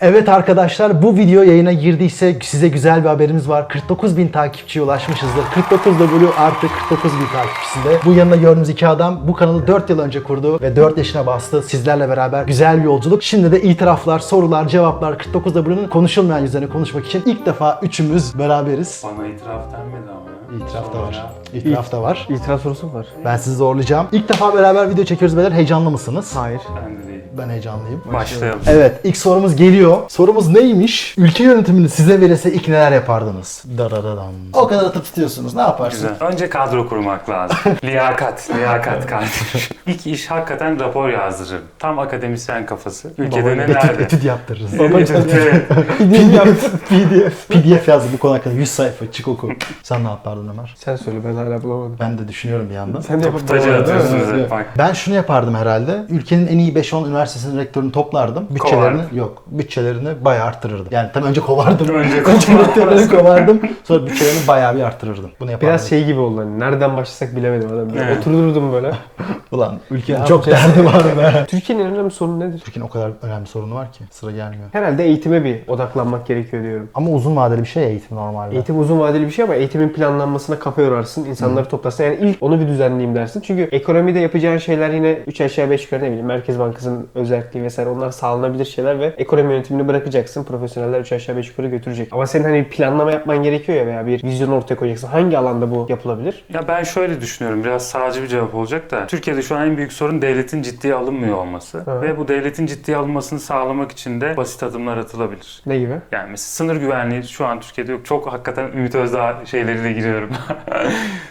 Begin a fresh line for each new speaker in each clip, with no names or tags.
Evet arkadaşlar bu video yayına girdiyse size güzel bir haberimiz var. 49 bin takipçiye ulaşmışızdır. 49 W artı 49 bin takipçisinde. Bu yanında gördüğünüz iki adam bu kanalı 4 yıl önce kurdu ve 4 yaşına bastı. Sizlerle beraber güzel bir yolculuk. Şimdi de itiraflar, sorular, cevaplar 49 W'nın konuşulmayan yüzlerini konuşmak için ilk defa üçümüz beraberiz.
Bana itiraf denmedi ama ya.
İtiraf da
Sonra
var.
ya.
İtiraf da var.
İtiraz sorusu mu var.
Ben sizi zorlayacağım. İlk defa beraber video çekiyoruz beyler. Heyecanlı mısınız?
Hayır.
Ben de değil.
Ben heyecanlıyım.
Başlayalım.
Evet ilk sorumuz geliyor. Sorumuz neymiş? Ülke yönetimini size verirse ilk neler yapardınız? Darararam. O kadar atıp tutuyorsunuz ne yaparsınız?
Güzel. Önce kadro kurmak lazım. liyakat, liyakat kardeşim. İlk iş hakikaten rapor yazdırırım. Tam akademisyen kafası. Ülkede ne
Etüt,
nerede?
etüt yaptırırız.
Evet.
PDF. PDF yazdı bu konu hakkında 100 sayfa çık oku. Sen ne yapardın Ömer?
Sen söyle ben hala bulamadım.
Ben de düşünüyorum bir yandan.
Sen de yapıp
Taca atıyorsunuz
Evet.
hep bak.
Ben şunu yapardım herhalde. Ülkenin en iyi 5-10 üniversitesinin rektörünü toplardım. Bütçelerini
Kovardın.
yok. Bütçelerini bayağı arttırırdım. Yani tabii önce kovardım.
Önce
Bütçelerini kovardım. Sonra bütçelerini bayağı bir arttırırdım. Bunu yapardım.
Biraz şey gibi oldu hani nereden başlasak bilemedim adam. Böyle
Evet.
Otururdum böyle.
Ulan ülkenin
Ne
çok
yapacağız?
derdi var be.
Türkiye'nin en önemli sorunu nedir?
Türkiye'nin o kadar önemli sorunu var ki sıra gelmiyor.
Herhalde eğitime bir odaklanmak gerekiyor diyorum.
Ama uzun vadeli bir şey ya eğitim normalde.
Eğitim uzun vadeli bir şey ama eğitimin planlanmasına kafa yorarsın, insanları toplarsın. Yani ilk onu bir düzenleyeyim dersin. Çünkü ekonomide yapacağın şeyler yine 3 aşağı 5 yukarı ne bileyim Merkez Bankası'nın özelliği vesaire onlar sağlanabilir şeyler ve ekonomi yönetimini bırakacaksın. Profesyoneller 3 aşağı 5 yukarı götürecek. Ama senin hani planlama yapman gerekiyor ya veya bir vizyon ortaya koyacaksın. Hangi alanda bu yapılabilir?
Ya ben şöyle düşünüyorum. Biraz sağcı bir cevap olacak da. Türkiye'de şu an en büyük sorun devletin ciddiye alınmıyor olması.
Evet.
Ve bu devletin ciddiye alınmasını sağlamak için de basit adımlar atılabilir.
Ne gibi?
Yani mesela sınır güvenliği şu an Türkiye'de yok. Çok hakikaten Ümit Özdağ şeyleriyle giriyorum.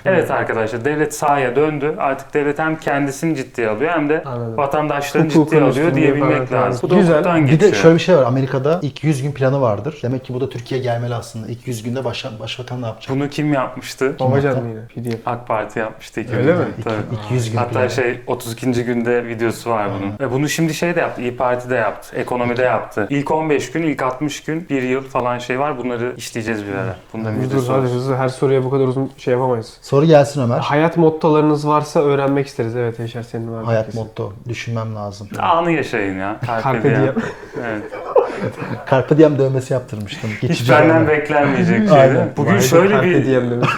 evet arkadaşlar devlet sahaya döndü. Artık devlet hem kendisini ciddiye alıyor hem de
Anladım.
vatandaşlarını
Hukukun
ciddiye alıyor
üstünlüğü
diyebilmek
falan.
lazım. Bu da
Güzel.
hukuktan
bir
geçiyor.
de şöyle bir şey var. Amerika'da ilk 100 gün planı vardır. Demek ki bu da Türkiye gelmeli aslında. İlk 100 günde başa, başbakan ne yapacak?
Bunu kim yapmıştı?
Babacan mı yine? PDF.
AK Parti yapmıştı. iki
Öyle
gün.
mi?
İlk,
Tabii.
ilk 100 gün
Hatta
planı.
şey 32. günde videosu var bunun. Ve bunu şimdi şey de yaptı. İyi Parti de yaptı. Ekonomi de yaptı. İlk 15 gün, ilk 60 gün, bir yıl falan şey var. Bunları işleyeceğiz bir ara. Bundan
Dur, Dur
videosu
hadi
var.
hızlı. Her soruya bu kadar uzun şey yapamayız.
Soru gelsin Ömer.
Hayat mottolarınız varsa öğrenmek isteriz. Evet Yaşar senin var.
Hayat
Kesin.
motto. Düşünmem lazım.
Anı yaşayın ya.
Carpe diem.
Evet.
Carpe diem dövmesi yaptırmıştım. Geçici
Hiç benden
önemli.
beklenmeyecek şey. değil mi?
Aynen.
Bugün
Vay be,
şöyle
carpe
bir
diem demiş.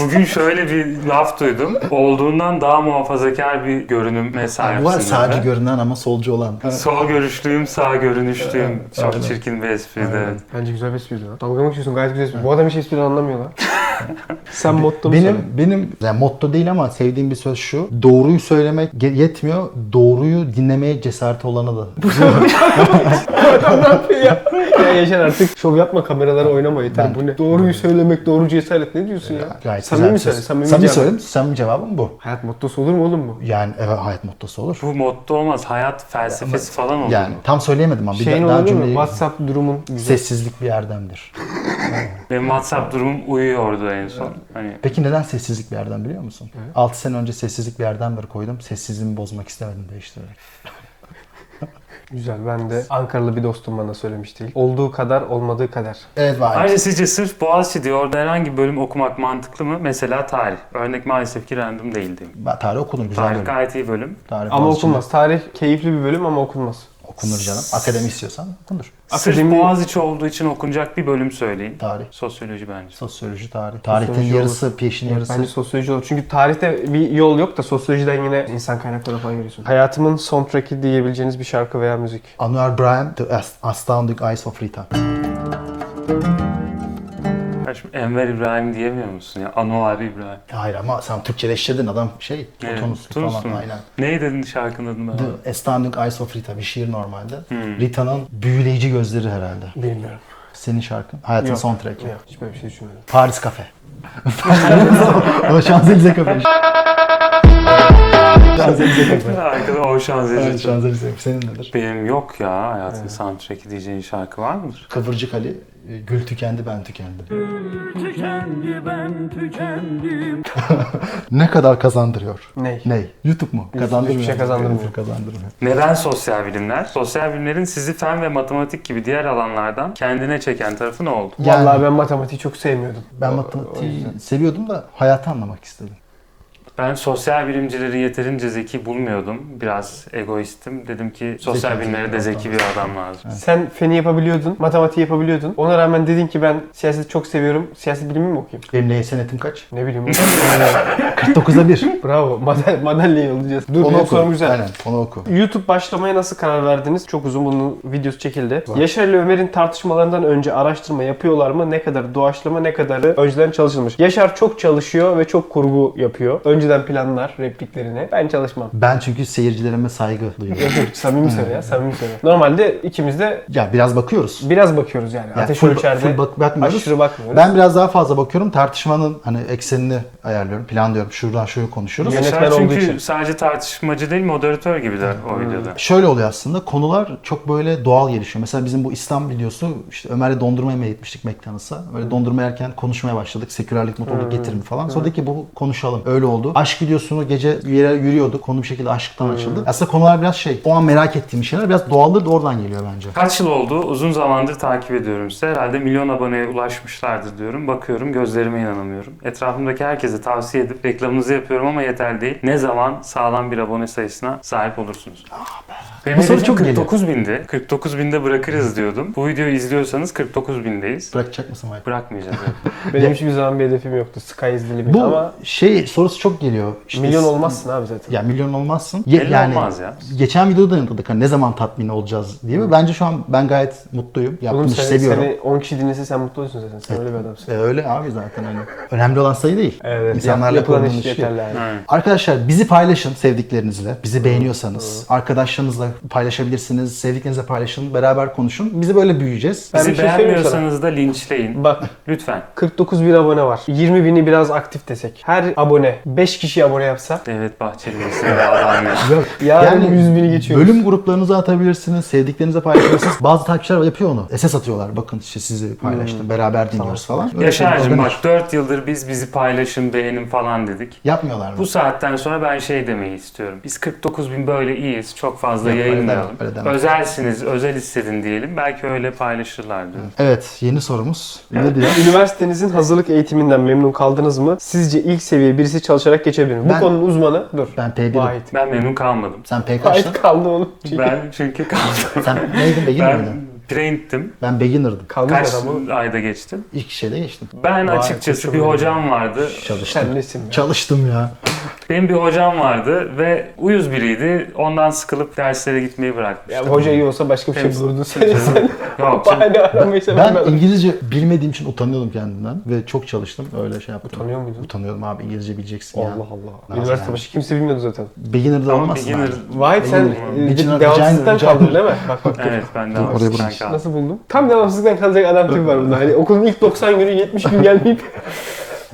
bugün şöyle bir laf duydum. Olduğundan daha muhafazakar bir görünüme
Ha,
sahipsin.
Bu var sağcı
dedi.
görünen ama solcu olan.
Sol görüşlüyüm, sağ görünüşlüyüm. Çok çirkin bir espriydi. evet.
Bence güzel bir espriydi lan. Dalga mı geçiyorsun? Gayet güzel espri. Bu adam hiç espri anlamıyor lan. Sen motto mu
Benim
söyle?
benim yani motto değil ama sevdiğim bir söz şu. Doğruyu söylemek ge- yetmiyor. Doğruyu dinlemeye cesaret olana da.
ne yapıyor ya? ya Yaşar artık şov yapma kameralara oynama yeter.
Ben-
Bu ne? Doğruyu söylemek, doğru cesaret ne diyorsun ya?
Gayet
samimi
güzel bir
söyle,
söz.
samimi,
samimi
cevap.
söyleyeyim. Samimi cevabım bu.
Hayat mottosu olur mu oğlum bu?
Yani evet hayat mottosu olur.
Bu modda olmaz. Hayat felsefesi falan olur.
Yani
mu?
tam söyleyemedim ama bir
Şeyin
da- daha
olur mu?
cümleyi...
WhatsApp durumun güzel.
Sessizlik bir erdemdir.
Benim WhatsApp durumum uyuyordu en son. Hani
Peki neden sessizlik bir erdem biliyor musun? 6 sene önce sessizlik bir erdemdir koydum. Sessizliğimi bozmak istemedim değiştirerek.
Güzel. Ben de Ankaralı bir dostum bana söylemişti. Olduğu kadar, olmadığı kadar.
Evet var.
Ayrıca sizce sırf Boğaziçi diye orada herhangi bir bölüm okumak mantıklı mı? Mesela tarih. Örnek maalesef ki random değildi.
Ben tarih okudum güzel
Tarih
bölüm.
gayet iyi bölüm.
Tarih
Ama
bazı
okunmaz. Tarih keyifli bir bölüm ama okunmaz.
şeyler Okunur canım. Akademi istiyorsan okunur.
Sırf
Akademi-
Boğaziçi olduğu için okunacak bir bölüm söyleyin.
Tarih.
Sosyoloji bence.
Sosyoloji tarih. Tarihten
Sosyoloji
yarısı, peşin yarısı.
Bence sosyoloji olur. Çünkü tarihte bir yol yok da sosyolojiden yine insan kaynakları falan görüyorsun. Hayatımın soundtrack'i diyebileceğiniz bir şarkı veya müzik.
Anwar Brahim, The Ast- Astounding Eyes of Rita.
Ya şimdi Enver İbrahim diyemiyor musun ya? Anuar İbrahim.
Hayır ama sen Türkçeleştirdin adam şey,
Evet,
Tunus
Tunuslu
falan
mu?
aynen.
Ne dedin şarkının adını ben?
The Astounding Eyes of Rita bir şiir normalde.
Hmm.
Rita'nın büyüleyici gözleri herhalde.
Bilmiyorum.
Senin şarkın. Hayatın
Yok.
son track'i.
Yok, hiç böyle bir şey düşünmedim.
Paris Kafe. o Şanzelize Kafe. Şanzelize Kafe.
Arkada o şanzelize.
Evet Şanzelize Kafe. Senin nedir?
Benim yok ya hayatın soundtrack'i diyeceğin şarkı var mıdır?
Kıvırcık Ali, e, Gül Tükendi Ben Tükendim.
Tükendi ben tükendim
Ne kadar kazandırıyor?
Ney?
Ney? YouTube mu? Kazandırmıyor.
hiçbir şey kazandırmıyor.
YouTube kazandırmıyor.
Neden sosyal bilimler? Sosyal bilimlerin sizi fen ve matematik gibi diğer alanlardan kendine çeken tarafı ne oldu?
Yani
Vallahi ben matematiği çok sevmiyordum.
ben
O- o
matematiği
yüzden.
seviyordum da hayatı anlamak istedim.
Ben sosyal bilimcileri yeterince zeki bulmuyordum. Biraz egoistim. Dedim ki sosyal
Zeki
bilimlere de
bir
zeki bir adam lazım.
Sen feni yapabiliyordun, matematiği yapabiliyordun. Ona rağmen dedin ki ben siyaseti çok seviyorum. Siyaset bilimi mi okuyayım?
Benim neye senetim kaç?
Ne bileyim.
49'a 1.
Bravo. Madal madalyayı olacağız. Dur,
onu
benim
oku.
sorum güzel.
Aynen onu oku.
YouTube başlamaya nasıl karar verdiniz? Çok uzun bunun videosu çekildi. Yaşar ile Ömer'in tartışmalarından önce araştırma yapıyorlar mı? Ne kadar doğaçlama ne kadarı önceden çalışılmış. Yaşar çok çalışıyor ve çok kurgu yapıyor. Önceden planlar repliklerini. Ben çalışmam.
Ben çünkü seyircilerime saygı duyuyorum.
Yok, samimi söyle ya samimi söyle. Normalde ikimiz de
ya biraz bakıyoruz.
biraz bakıyoruz yani.
Yani
Ateş
full-
ölçerde
full bak- bakmıyoruz.
aşırı bakmıyoruz.
Ben biraz daha fazla bakıyorum. Tartışmanın hani eksenini ayarlıyorum. Planlıyorum. Şuradan şuraya konuşuyoruz.
Yönetmen
Yaşar
olduğu
çünkü
için. Hmm.
sadece tartışmacı değil moderatör gibiler o videoda.
Şöyle oluyor aslında konular çok böyle doğal gelişiyor. Mesela bizim bu İslam videosu işte Ömer'le dondurma yemeye gitmiştik McDonald's'a. Böyle dondurma yerken konuşmaya başladık. Sekülerlik mutluluk getirir mi falan. Sonra dedi ki bu konuşalım. Öyle oldu. Aşk videosunu gece yere yürüyorduk. Konu bir şekilde aşktan açıldı. Aslında konular biraz şey o an merak ettiğim şeyler biraz doğallığı da oradan geliyor bence.
Kaç yıl oldu? Uzun zamandır takip ediyorum size. Herhalde milyon aboneye ulaşmışlardır diyorum. Bakıyorum gözlerime inanamıyorum. Etrafımdaki herkese tavsiye edip reklamınızı yapıyorum ama yeterli değil. Ne zaman sağlam bir abone sayısına sahip olursunuz?
Ah
Benim
Bu soru
hedefim
çok geliyor.
49 bindi. 49 binde bırakırız diyordum. Bu videoyu izliyorsanız 49 bindeyiz.
Bırakacak mısın Mike?
Bırakmayacağız.
Benim hiçbir zaman bir hedefim yoktu. Sky is the limit
Bu
ama
şey sorusu çok geliyor. İşte-
milyon olmazsın abi zaten.
Ya milyon olmazsın.
Belli olmaz ya.
Geçen videoda da yanıtladık hani ne zaman tatmin olacağız diye. ve Bence şu an ben gayet mutluyum. Yaptığım
Oğlum
işi
seni,
seviyorum.
seni 10 kişi dinlese sen mutlu olursun zaten. Sen öyle bir adamsın.
E, öyle abi zaten hani. Önemli olan sayı değil.
Evet.
İnsanlarla
yapılan
konulan
iş
işi.
yeterli abi.
Arkadaşlar bizi paylaşın sevdiklerinizle. Bizi beğeniyorsanız arkadaşlarınızla paylaşabilirsiniz. Sevdiklerinizle paylaşın. Beraber konuşun. Bizi böyle büyüyeceğiz.
Ben bir
Bizi
şey söyleyeyim
beğenmiyorsanız da linçleyin.
Bak
Lütfen.
49 bin abone var. 20 bini biraz aktif desek. Her abone 5 kişi abone yapsa
Devlet Bahçeli mesela davranıyor.
Yok.
yarın 100 bini geçiyoruz.
Bölüm gruplarınıza atabilirsiniz, sevdiklerinize paylaşabilirsiniz. Bazı takipçiler yapıyor onu. SS atıyorlar. Bakın işte sizi paylaştım,
Hmm.
beraber dinliyoruz falan. Öyle
Yaşar'cığım
şeyler
bak 4 yıldır biz bizi paylaşın, beğenin falan dedik.
Yapmıyorlar mı?
Bu saatten sonra ben şey demeyi istiyorum. Biz 49 bin böyle iyiyiz. Çok fazla
Yok, öyle
yayınlayalım.
deme, öyle deme.
Özelsiniz, özel istedin diyelim. Belki öyle paylaşırlar diyorum.
Evet, yeni sorumuz. Ne diyor?
Üniversitenizin hazırlık eğitiminden memnun kaldınız mı? Sizce ilk seviye birisi çalışarak geçebilir mi?
Ben-
Bu konunun uzmanı dur.
Ben P1'im.
Vahit.
Ben memnun kalmadım.
Sen P kaçtın?
Vahit kaldı onun.
Ben çünkü kaldım.
Sen neydin, beginner
ben
miydin?
Brain'tim.
Ben beginner'dım.
Kaldı
Kaç
adamı.
ayda geçtim.
İlk şeyde geçtim.
Ben
Vay,
açıkçası
çok
bir
iyi.
hocam vardı.
Çalıştım.
Sen nesin ya?
Çalıştım ya.
Benim bir hocam vardı ve uyuz biriydi. Ondan sıkılıp derslere gitmeyi bıraktı.
Ya hoca iyi olsa başka bir şey
Temiz.
bulurdun seni. Sen
Yok canım.
bahane aramaya çalışma.
Ben İngilizce bilmediğim için utanıyordum kendimden ve çok çalıştım. Öyle şey yaptım.
Tanıyor muydun?
Utanıyordum abi İngilizce bileceksin ya.
Allah Allah. Üniversite
yani?
başı kimse bilmiyordu zaten.
Beginner'da
Ama
olmazsın
beginner...
abi.
Vahit sen
Bilmiyorum.
e,
Vagina-
devamsızlıktan
vagina-
kaldın değil mi? Bak bak.
Evet ben de
Dur, oraya
Ağustos'tan
vurmuş.
kaldım.
Nasıl buldun? Tam devamsızlıktan kalacak adam tipi var bunda. Hani okulun ilk 90 günü 70 gün gelmeyip.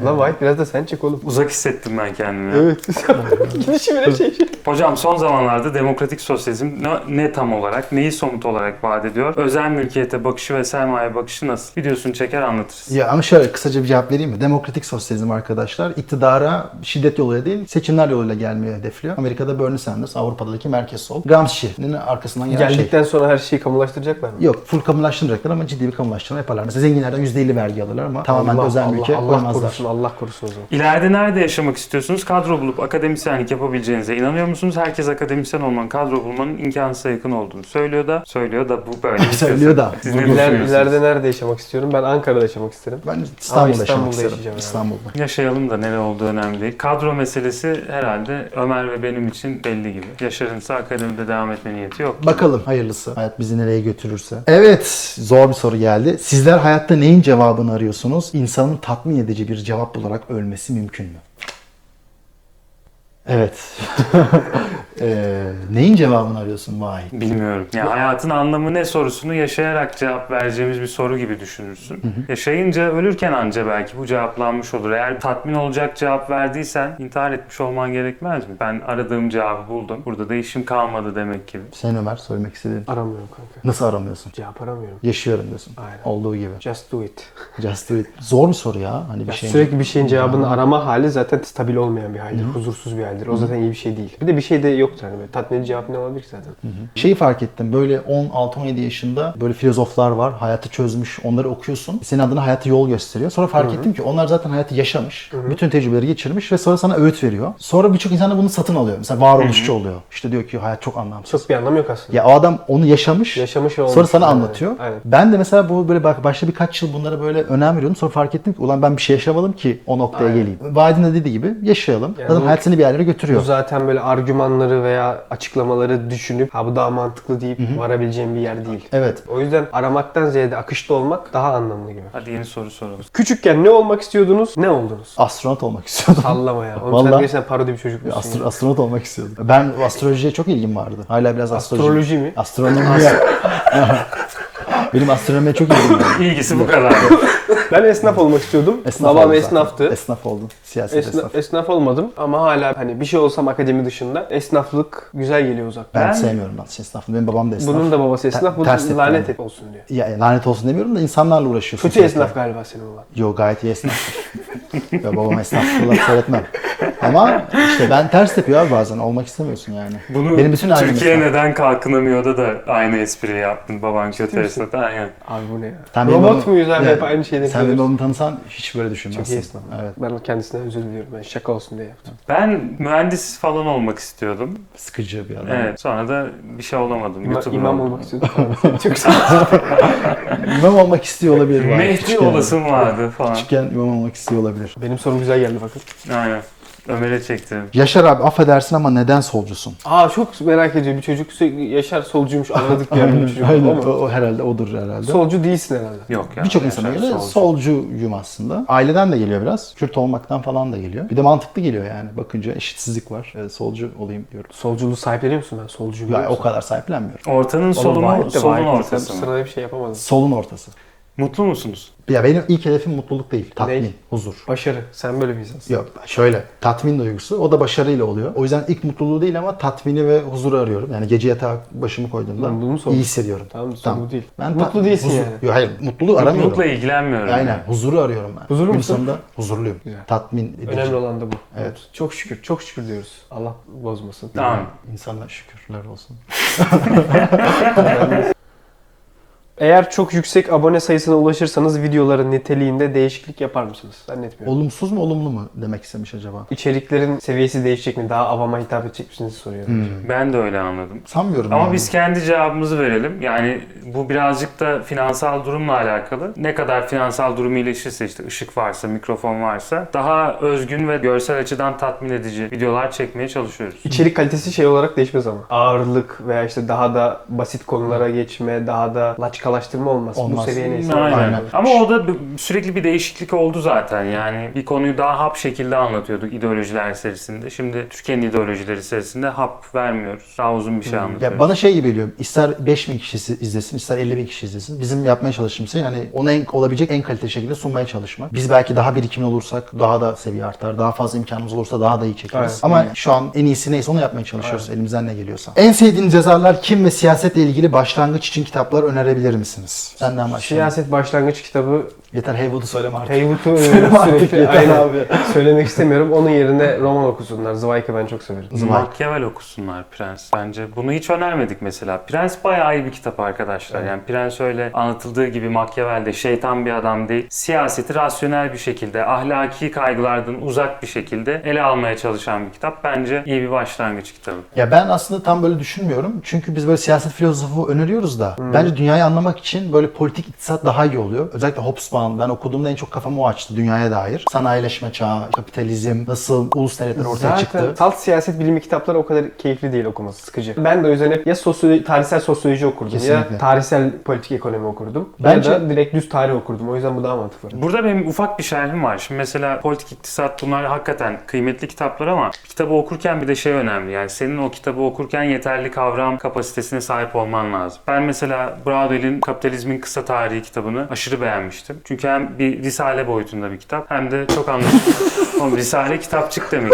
Lan Vahit biraz da sen çık oğlum.
Uzak hissettim ben kendimi.
Evet. Gidişi bile şey.
Hocam son zamanlarda demokratik sosyalizm ne, ne tam olarak, neyi somut olarak vaat ediyor? Özel mülkiyete bakışı ve sermaye bakışı nasıl? Videosunu çeker anlatırız.
Ya ama şöyle kısaca bir cevap vereyim mi? Demokratik sosyalizm arkadaşlar iktidara şiddet yoluyla değil seçimler yoluyla gelmeyi hedefliyor. Amerika'da Bernie Sanders, Avrupa'daki merkez sol. Gramsci'nin arkasından gelen şey.
Geldikten sonra her şeyi kamulaştıracaklar mı?
Yok full kamulaştıracaklar ama ciddi bir kamulaştırma yaparlar. Mesela zenginlerden %50 vergi alırlar ama tamamen de özel mülke
Allah, Allah
koymazlar.
korusun, Allah korusun o zaman.
İleride nerede yaşamak istiyorsunuz? Kadro bulup akademisyenlik yapabileceğinize inanıyor musunuz? Herkes akademisyen olmanın, kadro bulmanın imkansıza yakın olduğunu söylüyor da, söylüyor da bu böyle.
Söylüyor da.
Siz ne
İler,
düşünüyorsunuz?
ileride nerede yaşamak istiyorum? Ben Ankara'da yaşamak isterim.
Ben İstanbul'da yaşamak
İstanbul'da
isterim.
yaşayacağım yani.
İstanbul'da.
Yaşayalım da neler olduğu önemli değil. Kadro meselesi herhalde Ömer ve benim için belli gibi. Yaşar'ın ise akademide devam etme niyeti yok.
Bakalım hayırlısı. Hayat bizi nereye götürürse. Evet zor bir soru geldi. Sizler hayatta neyin cevabını arıyorsunuz? İnsanın tatmin edici bir cevap olarak ölmesi mümkün mü? Evet. Ee, neyin cevabını arıyorsun Vay?
Bilmiyorum. Ya hayatın anlamı ne sorusunu yaşayarak cevap vereceğimiz bir soru gibi düşünürsün. Yaşayınca ölürken anca belki bu cevaplanmış olur. Eğer tatmin olacak cevap verdiysen intihar etmiş olman gerekmez mi? Ben aradığım cevabı buldum. Burada da işim kalmadı demek gibi.
Sen Ömer söylemek istediğin.
Aramıyorum kanka.
Nasıl aramıyorsun?
Cevap aramıyorum.
Yaşıyorum diyorsun.
Aynen.
Olduğu gibi.
Just do it.
Just do it. Zor bir soru ya. Hani bir
Ya
şey.
sürekli bir şeyin cevabını arama hali zaten stabil olmayan bir haldir. Huzursuz bir haldir. O zaten iyi bir şey değil. Bir de bir şeyde yok yoktur. Hani böyle tatmin edici cevap ne olabilir ki zaten?
Şeyi fark ettim böyle 16-17 yaşında böyle filozoflar var. Hayatı çözmüş. Onları okuyorsun. Senin adına hayatı yol gösteriyor. Sonra fark ettim ki onlar zaten hayatı yaşamış. Bütün tecrübeleri geçirmiş ve sonra sana öğüt veriyor. Sonra birçok insan da bunu satın alıyor. Mesela varoluşçu oluyor. İşte diyor ki hayat çok anlamsız.
Çok bir anlamı yok aslında.
Ya o adam onu yaşamış.
Yaşamış ve
Sonra
olmuş.
sana
Aynen,
anlatıyor.
aynen.
Ben de mesela bu böyle bak başta birkaç yıl bunlara böyle önem veriyordum. Sonra fark ettim ki ulan ben bir şey yaşamadım ki o noktaya geleyim. Vaadin de dediği gibi yaşayalım.
Yani
Zaten
bu-
hayat seni bir yerlere
Bu
götürüyor.
zaten böyle argümanları veya açıklamaları düşünüp ha bu daha mantıklı deyip varabileceğim bir yer değil.
Evet.
O yüzden aramaktan ziyade akışta olmak daha anlamlı gibi.
Hadi yeni soru soralım.
Küçükken ne olmak istiyordunuz? Ne oldunuz?
Astronot olmak istiyordum.
Sallama ya. Oğlum
Vallahi-
sen gerçekten parodi bir çocukmuşsun.
Astro-
ya.
astronot olmak istiyordum. Ben astrolojiye çok ilgim vardı. Hala biraz astroloji.
Astroloji mi?
Astronomi. Benim astronomiye çok ilgim var.
İlgisi bu kadar.
Ben esnaf olmak istiyordum. Babam
oldum zaten.
esnaftı.
Esnaf oldum. Siyaset
Esna-
esnaf.
esnaf olmadım ama hala hani bir şey olsam akademi dışında esnaflık güzel geliyor uzaktan.
Ben,
Ben-
sevmiyorum ben esnafı. Benim babam da esnaf.
Bunun da babası esnaf, bu
ters ettim
lanet
ben.
et olsun diyor.
Ya, e, lanet olsun demiyorum da insanlarla uğraşıyorsun.
Kötü
sürekli.
esnaf galiba senin olan.
Yo gayet iyi esnaf. Yo babam esnaf falan söyletmem. Ama işte ben ters yapıyor abi bazen. Olmak istemiyorsun yani.
Bunu
Benim bütün ailem
Türkiye
esnaf.
neden kalkınamıyorda da aynı espriyi yaptın baban kötü esnaf. Aynen.
Abi bu ne ya?
Sen benim
Robot
babamı-
muyuz abi
Ya,
hep aynı şeyleri
Sen benim
söylüyoruz.
babamı tanısan hiç böyle düşünmezsin.
Çok iyi esnaf.
Evet.
Ben kendisine özür diliyorum. Ben şaka olsun diye yaptım.
Ben mühendis falan olmak istiyordum.
Sıkıcı bir adam.
Evet. Sonra da bir şey olamadım.
İma-
YouTuber
imam
oldum.
olmak istiyordum falan. Çok sağ
İmam olmak istiyor olabilir. bu arada.
Mehdi
Küçükken-
olasım vardı falan.
Küçükken imam olmak istiyor olabilir.
Benim sorum güzel geldi bakın.
Aynen. Ömer'e çektim.
Yaşar abi affedersin ama neden solcusun?
Aa çok merak ediyor. Bir çocuk sürekli Yaşar solcuymuş anladık bir yerden çocuk.
Aynen. O,
Ama
o herhalde odur herhalde.
solcu değilsin herhalde.
Yok ya.
Birçok insana
Yaşar
göre
solcu.
solcuyum aslında. Aileden de geliyor biraz. Kürt olmaktan falan da geliyor. Bir de mantıklı geliyor yani. Bakınca eşitsizlik var. Ee, solcu olayım diyorum.
Solculuğu sahipleniyor musun ben? Solcuyum.
Ya,
biliyor
o
musun?
kadar sahiplenmiyorum.
Ortanın
Oğlum,
solu
vahit
mu?
de
Solun
vahit de.
ortası
Sen
mı?
Sırada bir şey yapamadın.
Solun ortası.
Mutlu musunuz?
Ya benim ilk hedefim mutluluk değil. Tatmin,
Ney?
huzur.
Başarı. Sen böyle bir insansın.
Yok şöyle tatmin duygusu o da başarıyla oluyor. O yüzden ilk mutluluğu değil ama tatmini ve huzuru arıyorum. Yani gece yatağa başımı koyduğumda
Lan bunu mu sordun?
iyi hissediyorum.
Tamam, sorun
Tamam.
bu değil.
Ben
Mutlu
tat-
değilsin
huzur-
yani.
Yok, hayır mutluluğu aramıyorum.
Mutlulukla ilgilenmiyorum.
Aynen huzuru arıyorum ben.
Huzurlu
Gün
musun?
sonunda huzurluyum.
Güzel.
Tatmin edici.
Önemli olan da bu.
Evet.
Çok şükür, çok şükür diyoruz. Allah bozmasın.
Tamam.
İnsanlar şükürler olsun.
Eğer çok yüksek abone sayısına ulaşırsanız videoların niteliğinde değişiklik yapar mısınız? Zannetmiyorum.
Olumsuz mu olumlu mu demek istemiş acaba?
İçeriklerin seviyesi değişecek mi? Daha avama hitap edecek misiniz soruyorum.
Hmm.
Ben de öyle anladım.
Sanmıyorum.
Ama
yani.
biz kendi cevabımızı verelim. Yani bu birazcık da finansal durumla alakalı. Ne kadar finansal durum iyileşirse işte ışık varsa, mikrofon varsa daha özgün ve görsel açıdan tatmin edici videolar çekmeye çalışıyoruz.
İçerik kalitesi şey olarak değişmez ama. Ağırlık veya işte daha da basit konulara geçme, daha da laçkalaştırma olmaz.
Hmm. Olmaz.
Bu seviye neyse.
Aynen.
Aynen.
Ama o da bir- sürekli bir değişiklik oldu zaten. Yani bir konuyu daha hap şekilde anlatıyorduk ideolojiler serisinde. Şimdi Türkiye'nin ideolojileri serisinde hap vermiyoruz. Daha uzun bir şey anlatıyoruz.
Ya bana şey gibi geliyor. İster 5000 kişisi izlesin, ister 50 bin kişi izlesin. Bizim yapmaya çalıştığımız şey yani ona en, olabilecek en kaliteli şekilde sunmaya çalışmak. Biz belki daha birikimli olursak daha da seviye artar. Daha fazla imkanımız olursa daha da iyi çekeriz.
Aynen.
Ama şu an en iyisi neyse onu yapmaya çalışıyoruz elimizden ne geliyorsa. En sevdiğiniz yazarlar kim ve siyasetle ilgili başlangıç için kitaplar önerebilir misiniz? Senden başlayalım.
Siyaset başlangıç kitabı
Yeter Heywood'u söyleme artık.
Hayvut'u
artık
sürekli
yeter
aynı
abi.
söylemek istemiyorum. Onun yerine roman okusunlar. Zweig'i ben çok severim.
Machiavelli okusunlar Prens bence. Bunu hiç önermedik mesela. Prens bayağı iyi bir kitap arkadaşlar. Yani Prens öyle anlatıldığı gibi Machiavelli de şeytan bir adam değil. Siyaseti rasyonel bir şekilde, ahlaki kaygılardan uzak bir şekilde ele almaya çalışan bir kitap. Bence iyi bir başlangıç kitabı.
Ya ben aslında tam böyle düşünmüyorum. Çünkü biz böyle siyaset filozofu öneriyoruz da bence dünyayı anlamak için böyle politik iktisat daha iyi oluyor. Özellikle Hobsbawm ben okuduğumda en çok kafamı o açtı dünyaya dair. Sanayileşme çağı, kapitalizm, nasıl ulus devletler ortaya
Zaten
çıktı.
salt siyaset bilimi kitapları o kadar keyifli değil okuması, sıkıcı. Ben de o yüzden hep ya sosyo- tarihsel sosyoloji okurdum
Kesinlikle. şey-
ya tarihsel politik ekonomi okurdum.
Bence-
Ya da direkt düz tarih okurdum. O yüzden bu daha mantıklı.
Burada benim ufak bir şerhim var. Şimdi mesela politik iktisat bunlar hakikaten kıymetli kitaplar ama kitabı okurken bir de şey önemli. Yani senin o kitabı okurken yeterli kavram kapasitesine sahip olman lazım. Ben mesela Braudel'in Kapitalizmin Kısa Tarihi kitabını aşırı beğenmiştim. Çünkü hem bir risale boyutunda bir kitap hem de çok anlaşılır. Oğlum risale kitapçık demek.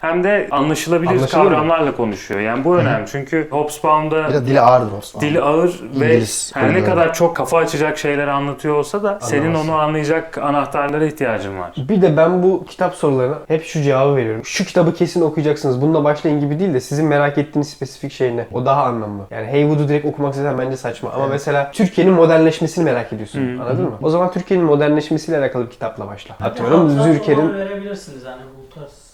hem de anlaşılabilir
Anlaşılır mı?
kavramlarla konuşuyor. Yani bu önemli. Çünkü Hobsbawm'da
Biraz dili ağırdır Osman.
dili ağır ve
İngiliz
her ne
kurguları.
kadar çok kafa açacak şeyler anlatıyor olsa da senin onu anlayacak anahtarlara ihtiyacın var.
Bir de ben bu kitap sorularına hep şu cevabı veriyorum. Şu kitabı kesin okuyacaksınız. Bununla başlayın gibi değil de sizin merak ettiğiniz spesifik şey ne? O daha anlamlı. Yani Heywood'u direkt okumak zaten bence saçma. Ama mesela Türkiye'nin modernleşmesini merak ediyorsun. Anladın mı? O zaman Türkiye'nin modernleşmesiyle alakalı bir kitapla başla. Atıyorum
Hatırlat
Zürker'in
roman verebilirsiniz yani bu tarz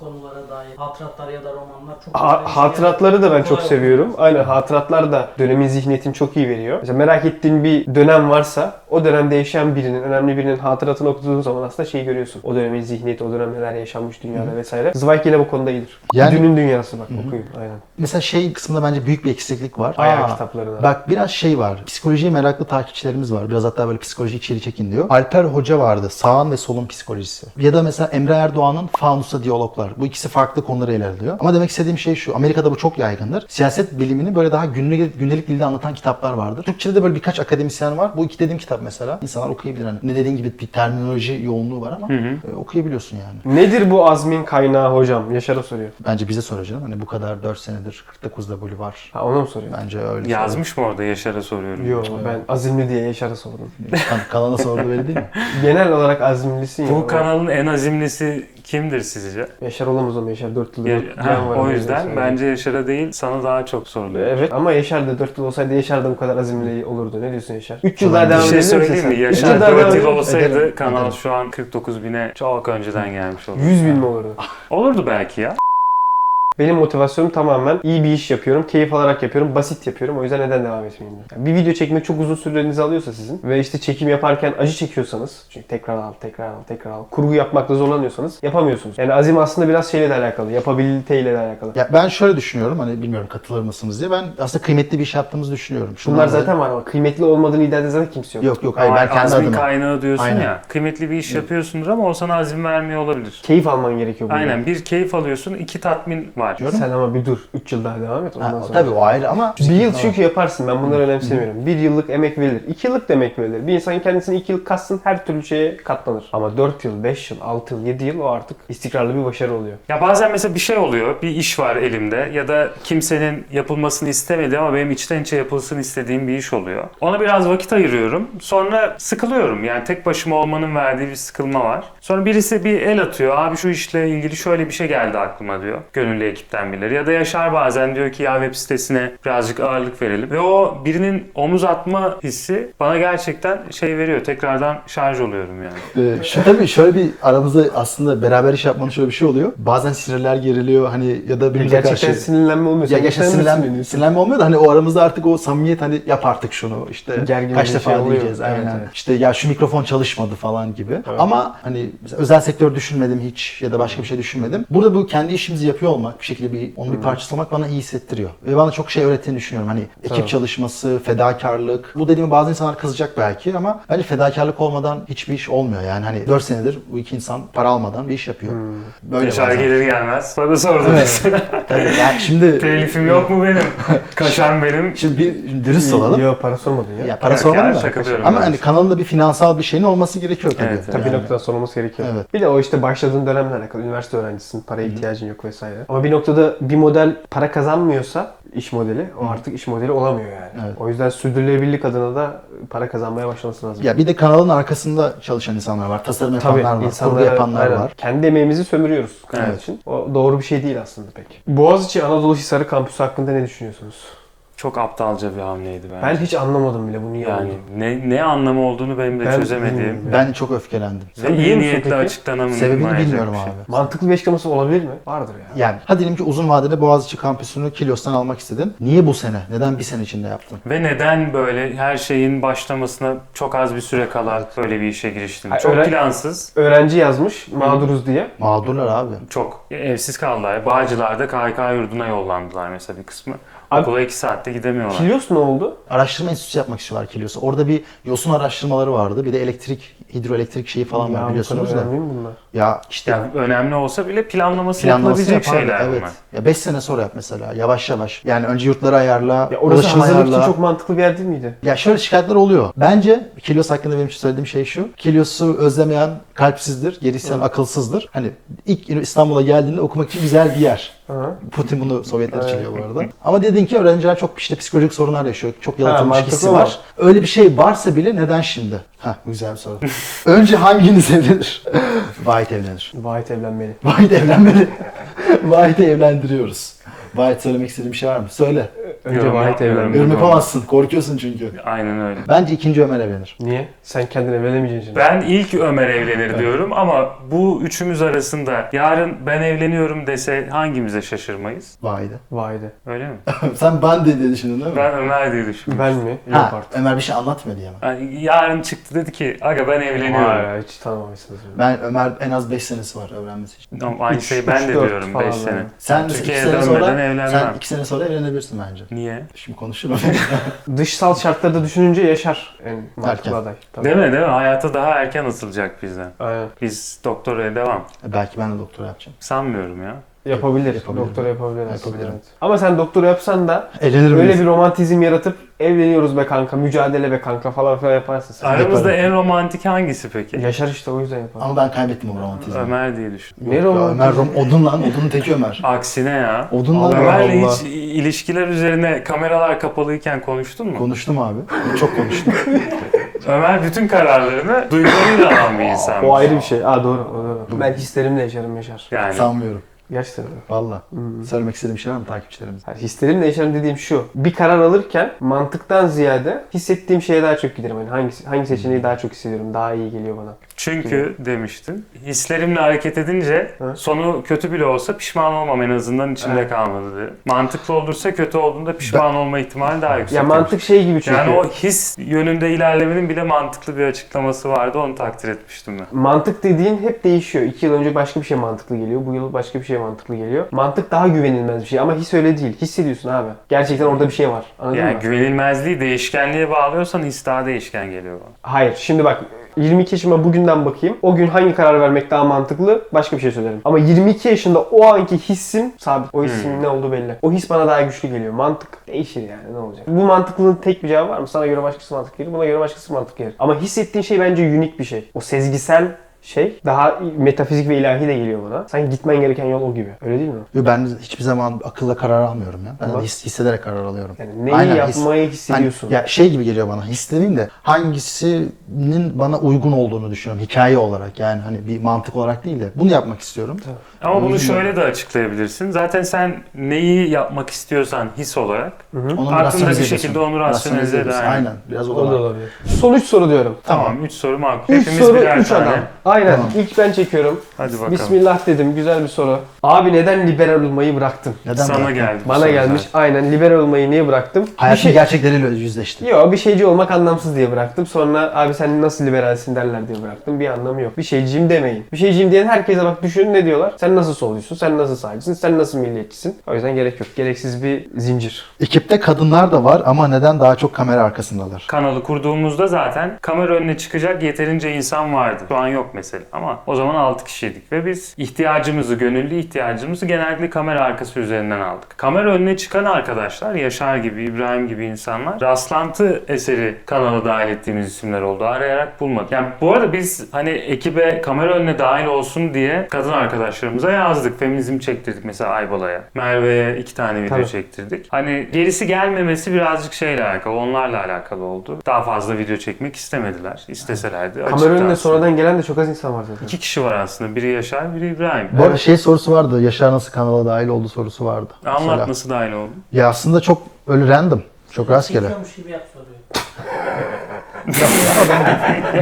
konulara dair hatıratlar ya da romanlar çok
Ha-
güzel işler
hatıratları da ben çok
Kolay
seviyorum. Aynen hatıratlar da dönemin zihniyetini çok iyi veriyor. Mesela merak ettiğin bir dönem varsa o dönemde yaşayan birinin, önemli birinin hatıratını okuduğun zaman aslında şeyi görüyorsun. O dönemin zihniyeti, o dönem neler yaşanmış dünyada vesaire. Zweig yine bu konuda iyidir.
Yani-
Dünün dünyası bak okuyun. Aynen.
Mesela şey kısmında bence büyük bir eksiklik var.
Ayar
Aa,
kitaplarına.
Bak biraz şey var. Psikolojiye meraklı takipçilerimiz var. Biraz hatta böyle psikoloji içeri çekin diyor. Alper Hoca vardı. Sağın ve solun psikolojisi. Ya da mesela Emre Erdoğan'ın Fanus'ta diyaloglar. Bu ikisi farklı konuları ele alıyor. Ama demek istediğim şey şu. Amerika'da bu çok yaygındır. Siyaset bilimini böyle daha günlük, gündelik dilde anlatan kitaplar vardır. Türkçede de böyle birkaç akademisyen var. Bu iki dediğim kitap mesela. İnsanlar okuyabilir. Hani ne dediğin gibi bir terminoloji yoğunluğu var ama e, okuyabiliyorsun yani.
Nedir bu azmin kaynağı hocam? Yaşar'a soruyor.
Bence bize soracağım. Hani bu kadar 4 senedir 49'da bulu var.
Ha ona mı soruyor?
Bence öyle.
Yazmış mı orada Yaşar'a soruyorum.
Yo ben azimli diye Yaşar'a sordum.
Kan- Kanala sordu böyle değil mi?
Genel olarak azimlisin ya.
Bu kanalın en azimlisi kimdir sizce?
Yaşar olamaz ama Yaşar 4 yıl.
Ya-
dört
Ha,
yan var
o
yani.
yüzden bence Yaşar'a değil sana daha çok soruluyor.
Evet ama Yaşar da 4 yıl olsaydı Yaşar da bu kadar azimli olurdu. Ne diyorsun Yaşar? 3 yıl daha
Bir
devam
Bir
edebilir
şey
misin
söyleyeyim mi?
sen? Üç
Yaşar
yıl daha
4 yıl
devam-
olsaydı
Ederim,
kanal
ederim.
şu an 49 bine çok önceden gelmiş olurdu.
100 bin mi olurdu?
Olurdu belki ya.
Benim motivasyonum tamamen iyi bir iş yapıyorum, keyif alarak yapıyorum, basit yapıyorum. O yüzden neden devam etmeyeyim ben? Yani bir video çekmek çok uzun sürenizi alıyorsa sizin ve işte çekim yaparken acı çekiyorsanız çünkü tekrar al, tekrar al, tekrar al. Kurgu yapmakta zorlanıyorsanız yapamıyorsunuz. Yani azim aslında biraz şeyle de alakalı, yapabiliteyle de alakalı.
Ya ben şöyle düşünüyorum hani bilmiyorum katılır mısınız diye ben aslında kıymetli bir iş yaptığımızı düşünüyorum.
Bunlar
Şunlarda-
zaten var ama kıymetli olmadığını iddia eden zaten kimse yok.
Yok yok hayır ben
Ama
kendi
azmin
adıma.
kaynağı diyorsun
Aynen.
ya. Kıymetli bir iş yapıyorsundur ama o sana azim vermiyor olabilir.
Keyif alman gerekiyor. bundan.
Aynen bir keyif alıyorsun, iki tatmin var.
Diyorum.
Sen ama bir dur. 3 yıl daha devam et ondan
Ha,
sonra.
tabii o ayrı ama
Bir yıl çünkü yaparsın ben bunları önemsemiyorum. Bir yıllık emek verilir. iki yıllık da emek verilir. Bir insan kendisini iki yıl katsın her türlü şeye katlanır. Ama 4 yıl, 5 yıl, 6 yıl, 7 yıl o artık istikrarlı bir başarı oluyor.
Ya bazen mesela bir şey oluyor, bir iş var elimde ya da kimsenin yapılmasını istemediği ama benim içten içe yapılsın istediğim bir iş oluyor. Ona biraz vakit ayırıyorum. Sonra sıkılıyorum. Yani tek başıma olmanın verdiği bir sıkılma var. Sonra birisi bir el atıyor. Abi şu işle ilgili şöyle bir şey geldi aklıma diyor. Gönüllü ekipten birileri. Ya da Yaşar bazen diyor ki ya web sitesine birazcık ağırlık verelim. Ve o birinin omuz atma hissi bana gerçekten şey veriyor. Tekrardan şarj oluyorum yani.
Ee, şu, tabii şöyle bir aramızda aslında beraber iş yapmanın şöyle bir şey oluyor. Bazen sinirler geriliyor hani ya da birbirimize
Gerçekten
karşı.
sinirlenme olmuyor.
Ya
Sen
gerçekten
kendin
sinirlenme,
sinirleniyorsun.
sinirlenme olmuyor da hani o aramızda artık o samimiyet hani yap artık şunu işte
Gergin
kaç
bir
defa
şey oluyor.
diyeceğiz
Evet,
aynen.
evet.
İşte ya şu mikrofon çalışmadı falan gibi. Ama hani mesela özel sektör düşünmedim hiç ya da başka bir şey düşünmedim. Burada bu kendi işimizi yapıyor olmak bir şekilde bir onun bir parçası olmak bana iyi hissettiriyor. Ve bana çok şey öğrettiğini düşünüyorum. Hani ekip çalışması, fedakarlık. Bu dediğimi bazı insanlar kızacak belki ama bence fedakarlık olmadan hiçbir iş olmuyor. Yani hani 4 senedir bu iki insan para almadan bir iş yapıyor. Böyle
Yaşar
bazen.
gelir gelmez. Bana sordu.
Tabii, yani şimdi
Telifim yok mu benim? Kaşan benim.
Şimdi bir şimdi dürüst olalım.
Yok para sormadın ya.
Ya parası
Yok ya,
olmadı
şaka
da.
diyorum
Ama
ben.
hani kanalında bir finansal bir şeyin olması gerekiyor tabii.
Evet,
Tabii bir noktadan sonra olması gerekiyor.
Evet.
Bir de o işte başladığın dönemle alakalı. Üniversite öğrencisin, paraya ihtiyacın yok vesaire. Ama bir noktada bir model para kazanmıyorsa iş modeli, o artık iş modeli olamıyor yani.
Evet.
O yüzden sürdürülebilirlik adına da para kazanmaya başlaması lazım.
Ya bir de kanalın arkasında çalışan insanlar var. Tasarım
Tabii
yapanlar var. Kurgu
insanlara-
yapanlar
aynen.
var.
Kendi emeğimizi sömürüyoruz kanal
Evet.
için. O doğru bir şey değil aslında pek. Boğaziçi Anadolu Hisarı kampüsü hakkında ne düşünüyorsunuz?
Çok aptalca bir hamleydi bence.
Ben hiç anlamadım bile bunu
yani
yani.
ne ne anlamı olduğunu benim de
Ben
çözemediğim.
bilmiyorum.
Ben çok öfkelendim.
Ve
biliyor
iyi
musun
niyetle
peki?
açıklanamayacak
Sebebini
bir
bilmiyorum
şey.
abi.
Mantıklı bir açıklaması olabilir mi? Vardır ya.
Yani hadi diyelim ki uzun vadede Boğaziçi kampüsünü Kilyos'tan almak istedin. Niye bu sene? Neden bir sene içinde yaptın?
Ve neden böyle her şeyin başlamasına çok az bir süre kala böyle bir işe giriştin?
Ha,
Çok
öyle-
plansız.
Öğrenci yazmış mağduruz diye.
Mağdurlar abi.
Çok evsiz kaldılar. Bağcılar'da KK yurduna yollandılar mesela bir kısmı.
Abi-
Okula 2 saatte gidemiyorlar.
Kilios ne oldu?
Araştırma enstitüsü yapmak istiyorlar Kilios'u. Orada bir yosun araştırmaları vardı. Bir de elektrik, hidroelektrik şeyi falan
Ya
var
bu
biliyorsunuz
kadar
da.
önemli mi bunlar?
Ya işte
Yani önemli olsa bile planlaması,
planlaması
yapılabilecek
yapar.
şeyler
Evet.
bunlar.
Ya 5 sene sonra yap mesela yavaş yavaş. Yani önce yurtları ayarla,
Ya orası
ulaşım
hazırlık için
ayarla.
çok mantıklı bir yer değil miydi?
Ya şöyle şikayetler oluyor. Bence Kilios hakkında benim için söylediğim şey şu. Kilios'u özlemeyen kalpsizdir, geri isteyen akılsızdır. Hani ilk İstanbul'a geldiğinde okumak için güzel bir yer.
Hı.
Putin bunu Sovyetler için diyor bu arada. Ama dedin ki öğrenciler çok işte psikolojik sorunlar yaşıyor. Çok yalıtılmış
mantıklı
hissi
ama.
var. Öyle bir şey varsa bile neden şimdi? Hah güzel bir soru. Önce hanginiz evlenir? Vahit evlenir.
Vahit evlenmeli.
Vahit evlenmeli. Vahit'i evlendiriyoruz. Vahit söylemek istediğim bir şey var mı? Söyle.
Önce
Yorum
Vahit
yapmıyorum.
evlenmeli.
Yorum yapamazsın. Korkuyorsun çünkü.
Aynen öyle.
Bence ikinci Ömer evlenir.
Niye? Sen kendin evlenemeyeceksin şimdi.
Ben ilk Ömer evlenir diyorum ama bu üçümüz arasında yarın ben evleniyorum dese hangimize şaşırmayız?
Vahit'e.
Vahit'e.
Öyle mi?
Sen ben de diye düşündün değil mi?
Ben Ömer diye düşündüm.
Ben mi? Yok
ha,
artık.
Ömer bir şey anlatmıyor diye mi?
Yani yarın çıktı dedi ki aga ben evleniyorum.
Vay, hiç tanımamışsınız. beni.
Ben Ömer en az 5 senesi var öğrenmesi için.
Ama Aynı
Üç-
şeyi ben
üç,
de
dört
diyorum
falan
5
yani.
sene.
Sen
Türkiye'ye
2 sene
dönmeden
sonra,
evlenmem.
sen 2 sene sonra evlenebilirsin bence.
Niye?
Şimdi konuşurum.
Dışsal şartları da düşününce yaşar en
Erken.
mantıklı aday. Tabii.
Değil mi değil mi? Hayata daha erken atılacak bizden.
Aynen.
Biz doktoraya devam.
Belki ben de doktora yapacağım.
Sanmıyorum ya.
Yapabilir.
Yapabilirim.
Doktora yapabilir. aslında,
Yapabilirim.
evet. Ama sen doktora yapsan da
Eğlenir
böyle
miyiz?
bir romantizm yaratıp evleniyoruz be kanka, mücadele be kanka falan filan yaparsın sen.
Aramızda en romantik hangisi peki?
Yaşar işte o yüzden yapar.
Ama ben kaybettim o romantizmi.
Ömer diye düşün.
Yok
Ne
ya,
romantizmi?
Ömer rom odun lan. Odunun teki Ömer.
Aksine ya.
Odun lan.
Allah
Ömer.
Ömer'le
Allah.
hiç ilişkiler üzerine kameralar kapalıyken konuştun mu?
Konuştum abi. Çok konuştum.
Ömer bütün kararlarını duygularıyla alan bir insan.
O ayrı bir şey. Aa doğru. o doğru. Ben hislerimle yaşarım yaşar.
Yani
Sanmıyorum.
Gerçekten öyle.
Valla. Söylemek istediğim şeyler mi takipçilerimize?
Yani hislerimle yaşarım dediğim şu. Bir karar alırken mantıktan ziyade hissettiğim şeye daha çok giderim. Hani hangi, hangi
Hmm.
seçeneği daha çok hissediyorum, daha iyi geliyor bana.
çünkü demiştin hislerimle hareket edince
Hı.
sonu kötü bile olsa pişman olmam en azından içimde kalmadı diye. Mantıklı olursa kötü olduğunda pişman olma ihtimali daha yüksek.
Ya mantık şey gibi çünkü.
Yani o his yönünde ilerlemenin bile mantıklı bir açıklaması vardı onu takdir etmiştim ben.
Mantık dediğin hep değişiyor. İki yıl önce başka bir şey mantıklı geliyor. Bu yıl başka bir şey mantıklı geliyor. Mantık daha güvenilmez bir şey ama his öyle değil. Hissediyorsun abi. Gerçekten orada bir şey var. Anladın
Yani
mı?
güvenilmezliği değişkenliğe bağlıyorsan his daha değişken geliyor bana.
Hayır. Şimdi bak 22 yaşıma bugünden bakayım. O gün hangi karar vermek daha mantıklı? Başka bir şey söylerim. Ama 22 yaşında o anki hissim sabit. O hissimin
Hmm.
ne olduğu belli. O his bana daha güçlü geliyor. Mantık değişir yani ne olacak? Bu mantıklılığın tek bir cevabı var mı? Sana göre başkası mantık gelir, buna göre başkası mantık gelir. Ama hissettiğin şey bence unik bir şey. O sezgisel şey daha metafizik ve ilahi de geliyor bana. Sanki gitmen gereken yol o gibi. Öyle değil mi?
Yo, Ben hiçbir zaman akılla karar almıyorum ya. Ben
Bak.
his- hissederek karar alıyorum.
Yani neyi
Aynen, his-
yapmayı
Hani
hissediyorsun.
ya şey gibi geliyor bana. His demeyeyim de hangisinin bana uygun olduğunu düşünüyorum hikaye olarak. Yani hani bir mantık olarak değil de bunu yapmak istiyorum.
Ama bunu
Anladım
şöyle de açıklayabilirsin. Zaten sen neyi yapmak istiyorsan his olarak
Onu
Aklında
rasyonize
bir
ediyorsun.
şekilde onu rasyonize de
ediyorsun.
aynen.
Aynen. Biraz o da
o da
var.
olabilir. Sonuç soru diyorum.
Tamam 3 soru makul.
3
Hepimiz
soru
birer
3
tane.
adam. Aynen.
Tamam.
İlk ben çekiyorum.
Hadi bakalım.
Bismillah dedim. Güzel bir soru. Abi neden liberal olmayı bıraktın?
Neden
Sana
bıraktın?
geldi. bu
Bana
soru
gelmiş.
zaten.
Aynen liberal olmayı niye bıraktım?
Hayatın
bir şey...
gerçekleriyle yüzleştin.
Yo bir şeyci olmak anlamsız diye bıraktım. Sonra abi sen nasıl liberalsin derler diye bıraktım. Bir anlamı yok. Bir şeyciyim demeyin. Bir şeyciyim diyen herkese bak düşün ne diyorlar? Sen nasıl solcusun? Sen nasıl sağcısın? Sen nasıl milliyetçisin? O yüzden gerek yok. Gereksiz bir zincir.
Ekipte kadınlar da var ama neden daha çok kamera arkasındalar?
Kanalı kurduğumuzda zaten kamera önüne çıkacak yeterince insan vardı. Şu an yok mesela ama o zaman 6 kişiydik ve biz ihtiyacımızı, gönüllü ihtiyacımızı genellikle kamera arkası üzerinden aldık. Kamera önüne çıkan arkadaşlar, Yaşar gibi, İbrahim gibi insanlar rastlantı eseri kanala dahil ettiğimiz isimler oldu. Arayarak bulmadık. Yani bu arada biz hani ekibe kamera önüne dahil olsun diye kadın arkadaşlarımıza yazdık. Feminizm çektirdik mesela Aybala'ya. Merve'ye iki tane video
Tabii.
çektirdik. Hani gerisi gelmemesi birazcık şeyle alakalı, onlarla alakalı oldu. Daha fazla video çekmek istemediler. İsteselerdi.
Kamera önünde
açıkta aslında.
sonradan gelen de çok az insan var zaten.
İki kişi var aslında. Biri Yaşar, biri İbrahim.
Bu arada şey sorusu vardı. Yaşar nasıl kanala dahil oldu sorusu vardı.
Anlat
Mesela.
nasıl dahil oldu?
Ya aslında çok öyle random. Çok rastgele.
Geçiyormuş gibi yap soruyu.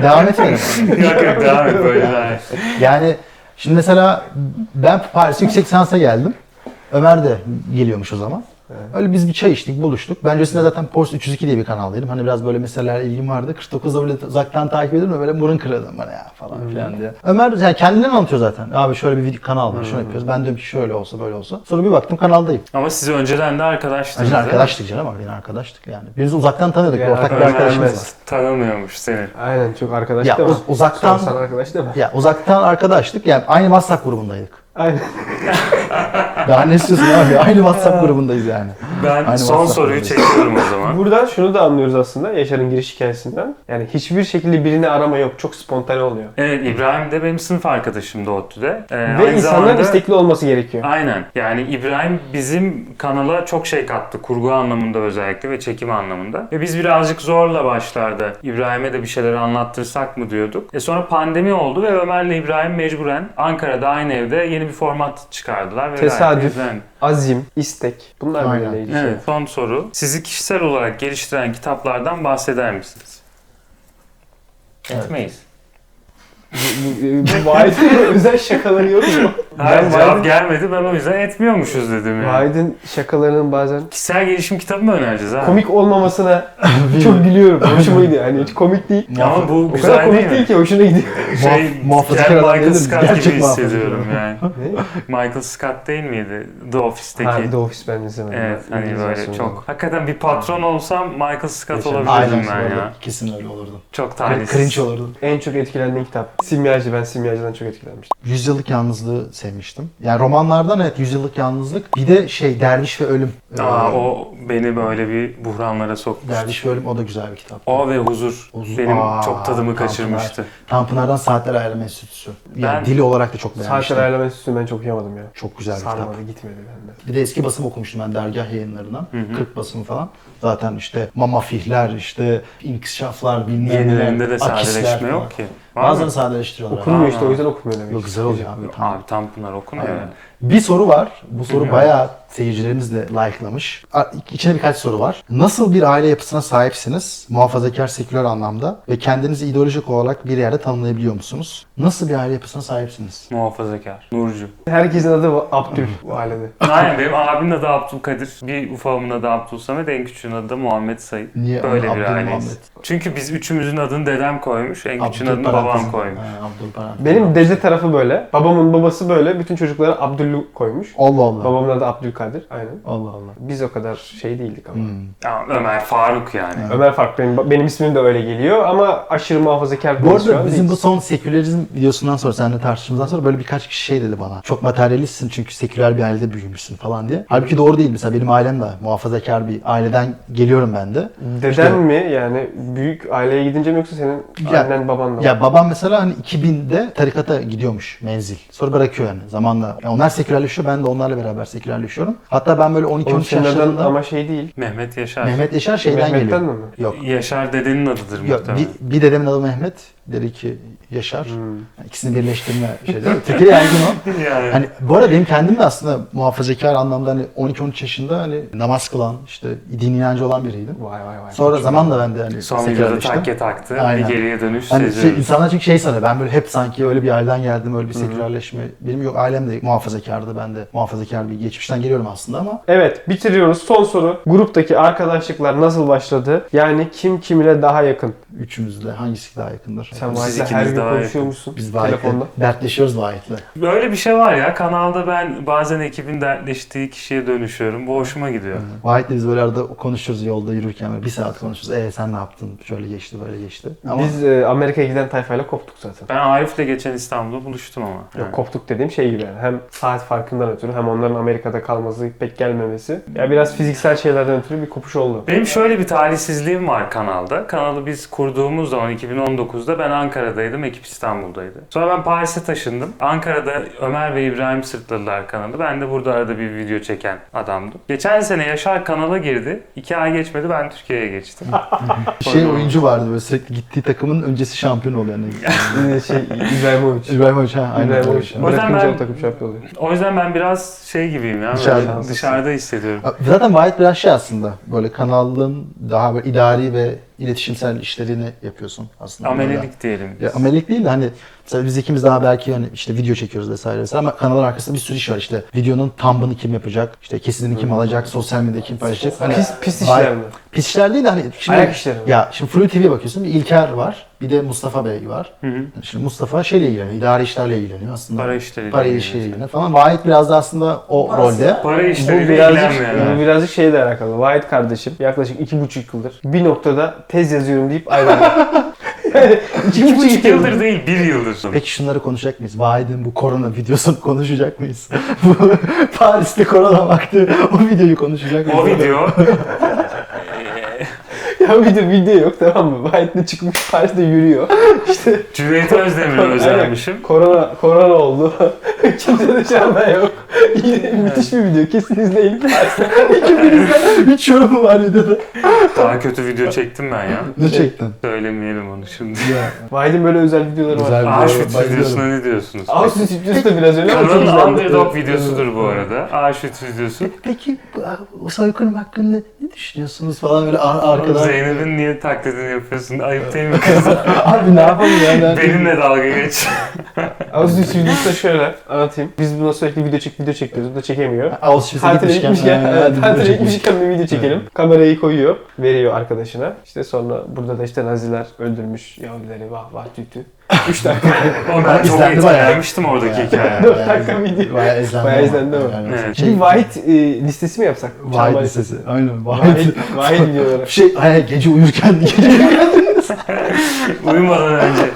Devam etmeyelim.
yok yok devam et böyle devam et.
Yani şimdi mesela ben Paris Yüksek Sansa geldim. Ömer de geliyormuş o zaman. Öyle biz bir çay içtik, buluştuk. Ben öncesinde zaten Post 302 diye bir kanaldaydım. Hani biraz böyle meseleler ilgim vardı. 49'da böyle uzaktan takip ediyordum ve böyle burun kırıyordum bana ya falan filan diye. Ömer yani kendinden anlatıyor zaten. Abi şöyle bir video kanal var, şunu yapıyoruz. Ben diyorum ki şöyle olsa böyle olsa. Sonra bir baktım kanaldayım.
Ama siz önceden de arkadaştınız.
Acın
değil mi?
arkadaştık canım ama yine arkadaştık yani. Birbirimizi uzaktan tanıyorduk.
Ya,
ortak bir
Ömer
arkadaşımız var.
tanımıyormuş seni.
Aynen çok arkadaş
Ya,
da var.
uz- uzaktan-
Sorsan arkadaş da var.
Ya uzaktan arkadaştık yani aynı WhatsApp grubundaydık.
Aynen.
Daha ne istiyorsun abi? Aynı WhatsApp grubundayız yani.
Ben
Aynı
son
WhatsApp
soruyu
grubundayız.
çekiyorum o zaman.
Buradan şunu da anlıyoruz aslında Yaşar'ın giriş hikayesinden. Yani hiçbir şekilde birini arama yok. Çok spontane oluyor.
Evet İbrahim de benim sınıf arkadaşım da ODTÜ'de. Ee,
Ve insanların istekli olması gerekiyor.
Aynen. Yani İbrahim bizim kanala çok şey kattı. Kurgu anlamında özellikle ve çekim anlamında. Ve biz birazcık zorla başlarda İbrahim'e de bir şeyleri anlattırsak mı diyorduk. E sonra pandemi oldu ve Ömer'le İbrahim mecburen Ankara'da aynı evde yeni bir format çıkardılar. Ve gayet de
Tesadüf,
izlendi.
azim, istek. Bunlar
Aynen.
birbirine ilişkili.
Evet. Son soru. Sizi kişisel olarak geliştiren kitaplardan bahseder misiniz? Etmeyiz.
Bu- bu- bu Vahit'in özel şakaları yok mu?
Hayır,
Ben
cevap
Vahit'in-
gelmedi. Ben o yüzden etmiyormuşuz dedim yani.
Vahit'in şakalarının bazen
Kişisel gelişim kitabı mı önereceğiz abi?
komik olmasına çok gülüyorum. Hoşuma gidiyor. Hani hiç komik değil.
Ama bu
O kadar
güzel değil
komik
mi?
değil ki hoşuna gidiyor.
şey,
Muhaf- muhafazakar
Ken
adam
Michael
değildir.
Scott
Gerçek
gibi
muhafazakar
hissediyorum yani.
Ne?
Michael Scott değil miydi? The Office'teki.
Ha, The Office ben izlemedim.
evet
Ben
hani
İngiliz
böyle
versiyonu.
çok. Hakikaten bir patron olsam Michael Scott
Yaşa.
olabilirdim
Aynen
ben
öyle.
ya.
Kesin öyle olurdu.
Çok
Yani
talihsiz.
cringe olurdu.
En çok etkilendiğim kitap. Simyacı. Ben Simyacı'dan çok etkilenmiştim.
Yüzyıllık Yalnızlığı sevmiştim. Yani romanlardan evet Yüzyıllık Yalnızlık. Bir de şey Derviş ve Ölüm.
Aa,
Ee,
o beni böyle bir buhranlara soktu.
Derviş ve Ölüm o da güzel bir kitap.
O ve huzur
Huzur-
benim
Aa,
çok tadımı
Tanpınar.
kaçırmıştı.
Tanpınar'dan Saatler Ayrılma Enstitüsü. Yani
Ben-
dili olarak da çok beğenmiştim.
Saatler Ayarlama Enstitüsü'nü ben çok okuyamadım ya.
Çok güzel bir kitap.
Sarmadı gitmedi bende.
Bir de eski basım okumuştum ben dergah yayınlarından. 40 basımı falan. Zaten işte mamafihler, işte inkişaflar, bilmem
Yenilerinde de
akisler
sadeleşme
falan.
yok ki. Var
Bazen
mı?
sadeleştiriyorlar.
Okunmuyor
Aa.
işte o yüzden okumuyor demek.
Yok, güzel oluyor abi. Tamam.
Abi Tanpınar okunuyor.
Aynen.
yani.
Bir soru var. Bu soru bayağı seyircilerimiz de like'lamış. A- İçinde birkaç soru var. Nasıl bir aile yapısına sahipsiniz? Muhafazakar, seküler anlamda ve kendinizi ideolojik olarak bir yerde tanımlayabiliyor musunuz? Nasıl bir aile yapısına sahipsiniz?
Muhafazakar. Nurcu.
Herkesin adı Abdül bu ailede.
Aynen benim abimin adı Abdülkadir. Bir ufağımın adı Abdülsamet. En küçüğün adı da Muhammed Sayın.
Niye
Böyle bir
Abdül
aileyiz.
Muhammed?
Çünkü biz üçümüzün adını dedem koymuş. En küçüğün adını
Abdülparantez-
babam koymuş.
Ha, Abdülparantez.
Benim dede tarafı böyle. Babamın babası böyle. Bütün çocuklara Abdüllü koymuş.
Allah Allah.
Babamın adı Abdülkadir. Aynen.
Allah Allah.
Biz o kadar şey değildik ama.
Hmm.
Ya, Ömer Faruk yani.
Ömer Fark benim, benim ismim de öyle geliyor ama aşırı muhafazakar
Bu
değiliz şu
arada
an
bizim bu
değiliz.
son sekülerizm videosundan sonra seninle tartışmamızdan sonra böyle birkaç kişi şey dedi bana. Çok materyalistsin çünkü seküler bir ailede büyümüşsün falan diye. Halbuki doğru değil. Mesela benim ailem de muhafazakar bir aileden geliyorum ben de.
Deden
İşte-
mi yani büyük aileye gidince mi yoksa senin
Ya-
annen baban da mı?
Ya babam mesela hani 2000'de tarikata gidiyormuş menzil. Sonra bırakıyor yani zamanla. Yani onlar sekülerleşiyor ben de onlarla beraber sekülerleşiyorum. Hatta ben böyle
Onun
12-13
senin adın
yaşlarında
ama şey değil.
Mehmet Yaşar.
Mehmet Yaşar şeyden
Mehmet'ten
geliyor.
mi?
Yok.
Yaşar dedenin adıdır
Yok,
muhtemelen.
bir, bir dedemin adı Mehmet, dedi ki Yaşar.
Hmm.
İkisini birleştirme şeyleri. Türkiye'de yaygın o.
Yani.
Hani bu arada benim kendim de aslında muhafazakar anlamda hani 12-13 yaşında hani namaz kılan, işte din inancı olan biriydim.
Vay vay vay.
Sonra zamanla ben de hani
Son videoda
sekülerleştim.
takke taktı.
Aynen.
Bir geriye dönüş
Hani şey,
seziyoruz.
insanlar çünkü şey sanıyor ben böyle hep sanki öyle bir aileden geldim öyle bir sekülerleşme. Benim yok ailem de muhafazakardı ben de muhafazakar bir geçmişten geliyorum aslında ama
Evet bitiriyoruz. Son soru. Gruptaki arkadaşlıklar nasıl başladı? Yani kim kimine daha yakın?
üçümüz de hangisi daha yakındır?
Sen
Siz
Vahit'le her
ikiniz
gün
daha
konuşuyormuşsun.
Biz Vahit'le
telefonda.
dertleşiyoruz Vahit'le.
Böyle bir şey var ya. Kanalda ben bazen ekibin dertleştiği kişiye dönüşüyorum. Bu hoşuma gidiyor.
Vahit'le biz böyle arada konuşuruz yolda yürürken böyle bir saat konuşuruz. Ee sen ne yaptın? Şöyle geçti böyle geçti. Ama
Biz e, Amerika'ya giden tayfayla koptuk zaten.
Ben Arif'le geçen İstanbul'da buluştum ama.
Yok,
Yani.
koptuk dediğim şey gibi yani. Hem saat farkından ötürü hem onların Amerika'da kalması pek gelmemesi. Ya biraz fiziksel şeylerden ötürü bir kopuş oldu.
Benim şöyle bir talihsizliğim var kanalda. Kanalı biz kurduğumuz zaman 2019'da ben Ankara'daydım, ekip İstanbul'daydı. Sonra ben Paris'e taşındım. Ankara'da Ömer ve İbrahim sırtladılar kanalı. Ben de burada arada bir video çeken adamdım. Geçen sene Yaşar kanala girdi. İki ay geçmedi ben Türkiye'ye geçtim.
bir şey oyuncu vardı böyle sürekli gittiği takımın öncesi şampiyon oluyor. Yani.
Ee, şey İbrahimovic.
İbrahim Hoca. Aynen.
İbrahimovic.
O yüzden
Bırakınca
ben-
o takım şampiyon oluyor.
o yüzden ben biraz şey gibiyim ya. böyle
Dışarıda.
dışarıda hissediyorum.
Zaten Vahit biraz şey aslında. Böyle kanalın daha böyle idari ve iletişimsel işlerini yapıyorsun aslında. Böyle
Amelilik amelelik diyelim biz.
Ya amelilik değil de hani mesela biz ikimiz daha belki hani işte video çekiyoruz vesaire vesaire ama kanalın arkasında bir sürü iş var işte. Videonun thumb'ını kim yapacak, işte kesidini kim alacak, sosyal medyada kim paylaşacak. Hani
Pis, pis işler mi?
pis işler değil de hani şimdi,
Ayak işleri mi?
Ya şimdi Flu TV'ye bakıyorsun bir İlker var bir de Mustafa Bey var. Şimdi Mustafa şeyle ilgileniyor, idari işlerle ilgileniyor aslında.
Para işleriyle
Para
ilgileniyor.
işleriyle ilgileniyor falan. Vahit biraz da aslında o rolde.
Para
Bu
işleriyle
birazcık,
ilgilenmeyen.
bu birazcık şeyle alakalı. Vahit kardeşim yaklaşık iki buçuk yıldır bir noktada tez yazıyorum deyip ayrıldı. yani iki buçuk yıldır.
Yıldır değil, bir yıldır.
Peki şunları konuşacak mıyız? Vahid'in bu korona videosunu konuşacak mıyız? bu Paris'te korona vakti o videoyu konuşacak mıyız?
O video
Ya bir de video yok tamam mı? Vahit'le çıkmış Paris'te yürüyor. İşte
Cüneyt Özdemir'e özenmişim.
korona, korona oldu. Kimse dışarıda yok. Yine müthiş bir video. Kesin izleyin.
Hiç yorumu var videoda. Şey,
Daha kötü video çektim ben ya.
Ne çektin?
Söylemeyelim onu şimdi.
Vahit'in böyle özel videoları var.
Güzel bir
Auschwitz
bayılıyorum.
videosuna ne diyorsunuz?
Ağustos videosu da biraz öyle ama çok
Kanalın
güzeldi.
underdog videosudur bu arada. Auschwitz videosu.
Peki bu- bu soykırım hakkında ne düşünüyorsunuz falan böyle ar- arkadan.
Zeynep'in niye taklidini yapıyorsun? Ayıp değil mi kızım?
Abi ne yapalım ya? Ben-
Benimle dalga geç.
Ağustos videosu da şöyle anlatayım. Biz buna sürekli video çek video çek diyoruz. Bu da çekemiyor.
Auschwitz'e
Tatile
gitmişken.
gitmişken,
ha,
evet,
hadi
tatile
çekelim.
gitmişken bir video çekelim. Kamerayı koyuyor, veriyor arkadaşına. İşte sonra burada da işte Naziler öldürmüş Yahudileri vah vah tütü. 3 dakika.
O ben çok
İzlendi bayağı.
etkilenmiştim oradaki hikaye.
Dört dakika video.
Bayağı izlendi.
Bayağı
ama.
izlendi ama.
Yani
Evet.
Şey,
bir Vahit e, listesi mi yapsak?
Vahit
Çalmay-
lisesi. Aynen Vahit.
Vahit, Vahit videoları.
Şey, hayır, gece uyurken gece
Uyumadan önce.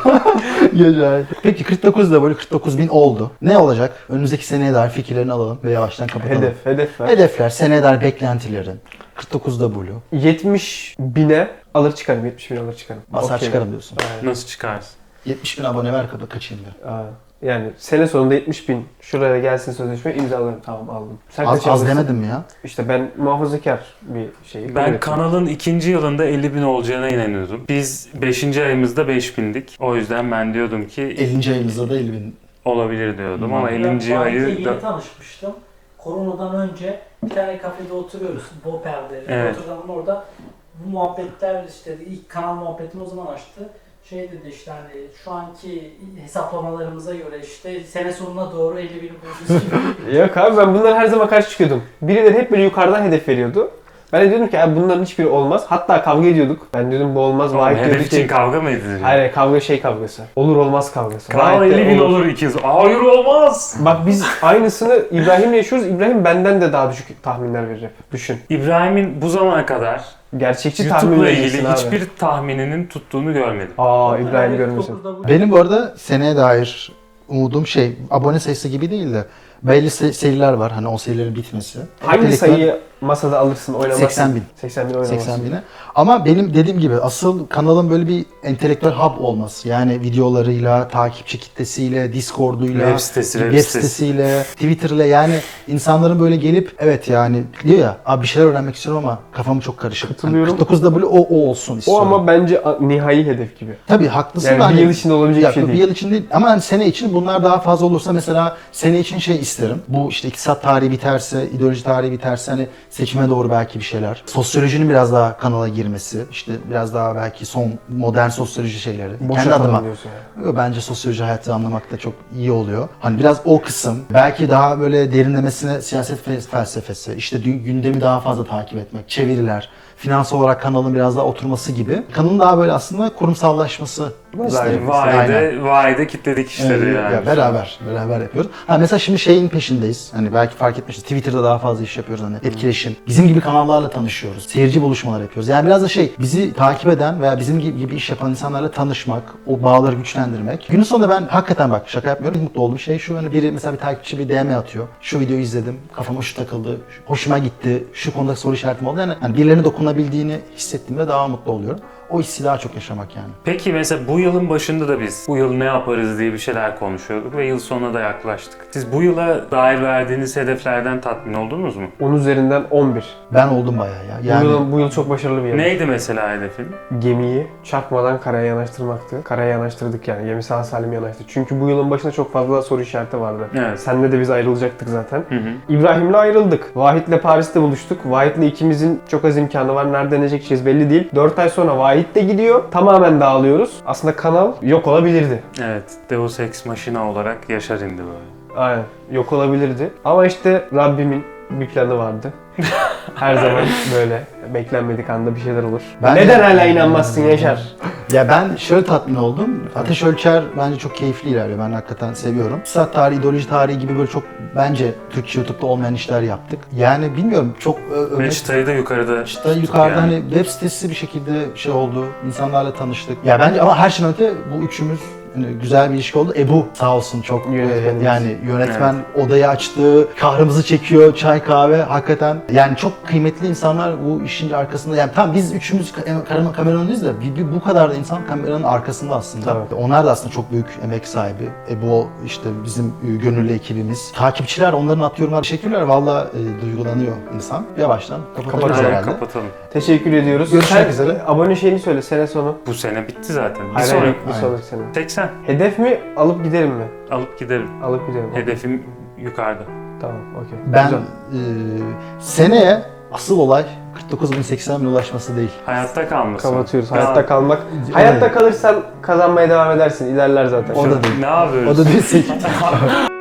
Güzel. Peki 49 da böyle 49 bin oldu. Ne olacak? Önümüzdeki seneye dair fikirlerini alalım ve yavaştan kapatalım.
Hedef, hedef var.
Hedefler, seneye dair beklentilerin. 49'da Blue.
70 bine alır çıkarım, 70 bin alır çıkarım.
Basar
Okey.
çıkarım diyorsun.
Aynen.
Nasıl çıkarsın?
70 bin abone ver kapı kaçayım diyor.
Aa, Yani sene sonunda 70 bin şuraya gelsin sözleşme imzalarım. Tamam aldım. Sen
Az,
kaça
az
alırsın?
demedim ya.
İşte ben muhafazakar bir şey.
Ben
üretim.
kanalın ikinci yılında 50 bin olacağına inanıyordum. Biz 5. ayımızda 5 bindik. O yüzden ben diyordum ki
50. ayımızda da 50 bin.
olabilir diyordum
Hmm.
ama 50.
Ben Vahit'le
ayı...
yeni tanışmıştım. Koronadan önce bir tane kafede oturuyoruz. Boper'de.
Evet.
Oturalım orada. Bu muhabbetler işte ilk kanal muhabbetini o zaman açtı. Şey dedi işte hani şu anki hesaplamalarımıza göre işte sene sonuna doğru 50 bin bulacağız gibi.
Yok abi ben bunlara her zaman karşı çıkıyordum. Birileri hep böyle yukarıdan hedef veriyordu. Ben de diyordum ki abi bunların hiçbiri olmaz. Hatta kavga ediyorduk. Ben diyordum bu olmaz.
Oğlum,
Vahit diyordu
Hedef şey
ki...
için kavga mı ediliyor?
Hayır hayır, kavga şey kavgası. Olur olmaz kavgası.
Kanal
Vahit de
50 bin olur ikiz. Hayır olmaz.
Bak biz aynısını İbrahim'le yaşıyoruz. İbrahim benden de daha düşük tahminler verir hep. Düşün.
İbrahim'in bu zamana kadar
Gerçekçi tahmin
YouTube'la
verirsin
ilgili
abi.
hiçbir tahmininin tuttuğunu görmedim.
Aa İbrahim görmesin.
49'da bu-
Benim bu arada seneye dair umudum şey abone sayısı gibi değil de belli se- seriler var. Hani o serilerin bitmesi.
Hangi
Özellikle
sayıyı masada alırsın oynamazsın?
80 bin.
80 bin oynamazsın.
80 bine. Ama benim dediğim gibi asıl kanalın böyle bir entelektüel hub olması. Yani videolarıyla, takipçi kitlesiyle, Discord'uyla,
Web sitesi, web
web
sitesi.
sitesiyle, Twitter'la yani insanların böyle gelip evet yani diyor ya abi bir şeyler öğrenmek istiyorum ama kafam çok karışık. Hani
Katılıyorum.
49'da böyle o, o olsun
O
istiyorum.
ama bence a- nihai hedef gibi.
Tabii haklısın
Yani
da
bir
hani-
yıl içinde olabilecek
Ya,
bir şey
bir
değil.
yıl için değil ama hani sene için bunlar daha fazla olursa mesela sene için şey isterim. Bu işte iktisat tarihi biterse, ideoloji tarihi biterse hani seçime doğru belki bir şeyler. Sosyolojinin biraz daha kanala girmesi, işte biraz daha belki son modern sosyoloji şeyleri.
Boş
Kendi
atalım
adıma.
diyorsun yani.
Bence sosyoloji hayatı anlamakta çok iyi oluyor. Hani biraz o kısım belki daha böyle derinlemesine siyaset fe- felsefesi, işte dü- gündemi daha fazla takip etmek, çeviriler, finans olarak kanalın biraz daha oturması gibi. Kanalın daha böyle aslında kurumsallaşması. isterim. Aynen.
Vahide, vahide kitledik işleri
Evet,
yani.
Ee, Ya beraber, beraber yapıyoruz. Ha mesela şimdi şeyin peşindeyiz. Hani belki fark etmişsiniz. Twitter'da daha fazla iş yapıyoruz hani etkileşim. Bizim gibi kanallarla tanışıyoruz. Seyirci buluşmaları yapıyoruz. Yani biraz da şey bizi takip eden veya bizim gibi, gibi iş yapan insanlarla tanışmak, o bağları güçlendirmek. Günün sonunda ben hakikaten bak şaka yapmıyorum. Mutlu olduğum şey şu hani biri mesela bir takipçi bir DM atıyor. Şu videoyu izledim. Kafama şu takıldı. şu- Hoşuma gitti. Şu konuda soru işaretim oldu. Yani, yani birilerine dokunabildiğini hissettiğimde daha mutlu oluyorum. O hissi daha çok yaşamak yani.
Peki mesela bu yılın başında da biz bu yıl ne yaparız diye bir şeyler konuşuyorduk ve yıl sonuna da yaklaştık. Siz bu yıla dair verdiğiniz hedeflerden tatmin oldunuz mu?
10 üzerinden 11.
Ben oldum bayağı ya.
Bu,
Yani
yıl, bu yıl çok başarılı bir yıl.
Neydi mesela hedefin?
Gemiyi çarpmadan karaya yanaştırmaktı. Karaya yanaştırdık yani. Gemi sağ salim yanaştı. Çünkü bu yılın başında çok fazla soru işareti vardı.
Evet.
Senle de biz ayrılacaktık zaten.
Hı hı.
İbrahim'le ayrıldık. Vahit'le Paris'te buluştuk. Vahit'le ikimizin çok az imkanı var. Nerede ne çekeceğiz belli değil. 4 ay sonra Vahit ait de gidiyor. Tamamen dağılıyoruz. Aslında kanal yok olabilirdi.
Evet, Deus Ex Machina olarak Yaşar indi böyle.
Aynen. Yok olabilirdi. Ama işte Rabbimin bir planı vardı. Her zaman böyle beklenmedik anda bir şeyler olur.
Ben-
Neden hala inanmazsın Yaşar?
Ya ben şöyle tatmin oldum. Ateş Ölçer bence çok keyifli ilerliyor. Ben hakikaten seviyorum. Sanat tarihi, ideoloji tarihi gibi böyle çok bence Türkçe YouTube'da olmayan işler yaptık. Yani bilmiyorum çok ö-
Ve
öne
çıtayı da yukarıda
İşte yukarıda hani web sitesi bir şekilde şey oldu. insanlarla tanıştık. Ya bence ama her şeyden öte bu üçümüz hani güzel bir ilişki oldu. Ebu sağ olsun çok e,
Yönetmenimiz.
yani yönetmen odayı açtı, kahrımızı çekiyor, çay kahve hakikaten yani çok kıymetli insanlar bu işin arkasında. Yani tam biz üçümüz ka- karama- kameranın önündeyiz de bir- bir bu kadar da insan kameranın arkasında aslında. E,
Tabii.
Onlar da aslında çok büyük emek sahibi. Ebu o işte bizim e, gönüllü ekibimiz. Takipçiler onların atıyorlar. Teşekkürler valla e, duygulanıyor insan. Yavaştan kapatırız
Aynen,
herhalde.
kapatalım.
Teşekkür ediyoruz.
Görüşmek üzere.
Abone şeyini söyle sene sonu.
Bu sene bitti zaten. Bir
Hayır,
sonraki
hayır, bir sonraki sene.
80
Hedef mi alıp gidelim mi?
alıp giderim.
Alıp gidelim.
Hedefim yukarıda.
Tamam okey.
Ben
Güzel.
eee, seneye asıl olay 49.080 bin ulaşması değil.
Hayatta kalması.
kapatıyoruz.
Ne
Hayatta
yap-
kalmak. Hayatta kalırsan kazanmaya devam edersin. İlerler zaten.
O da değil.
Ne yapıyoruz?
O da değil.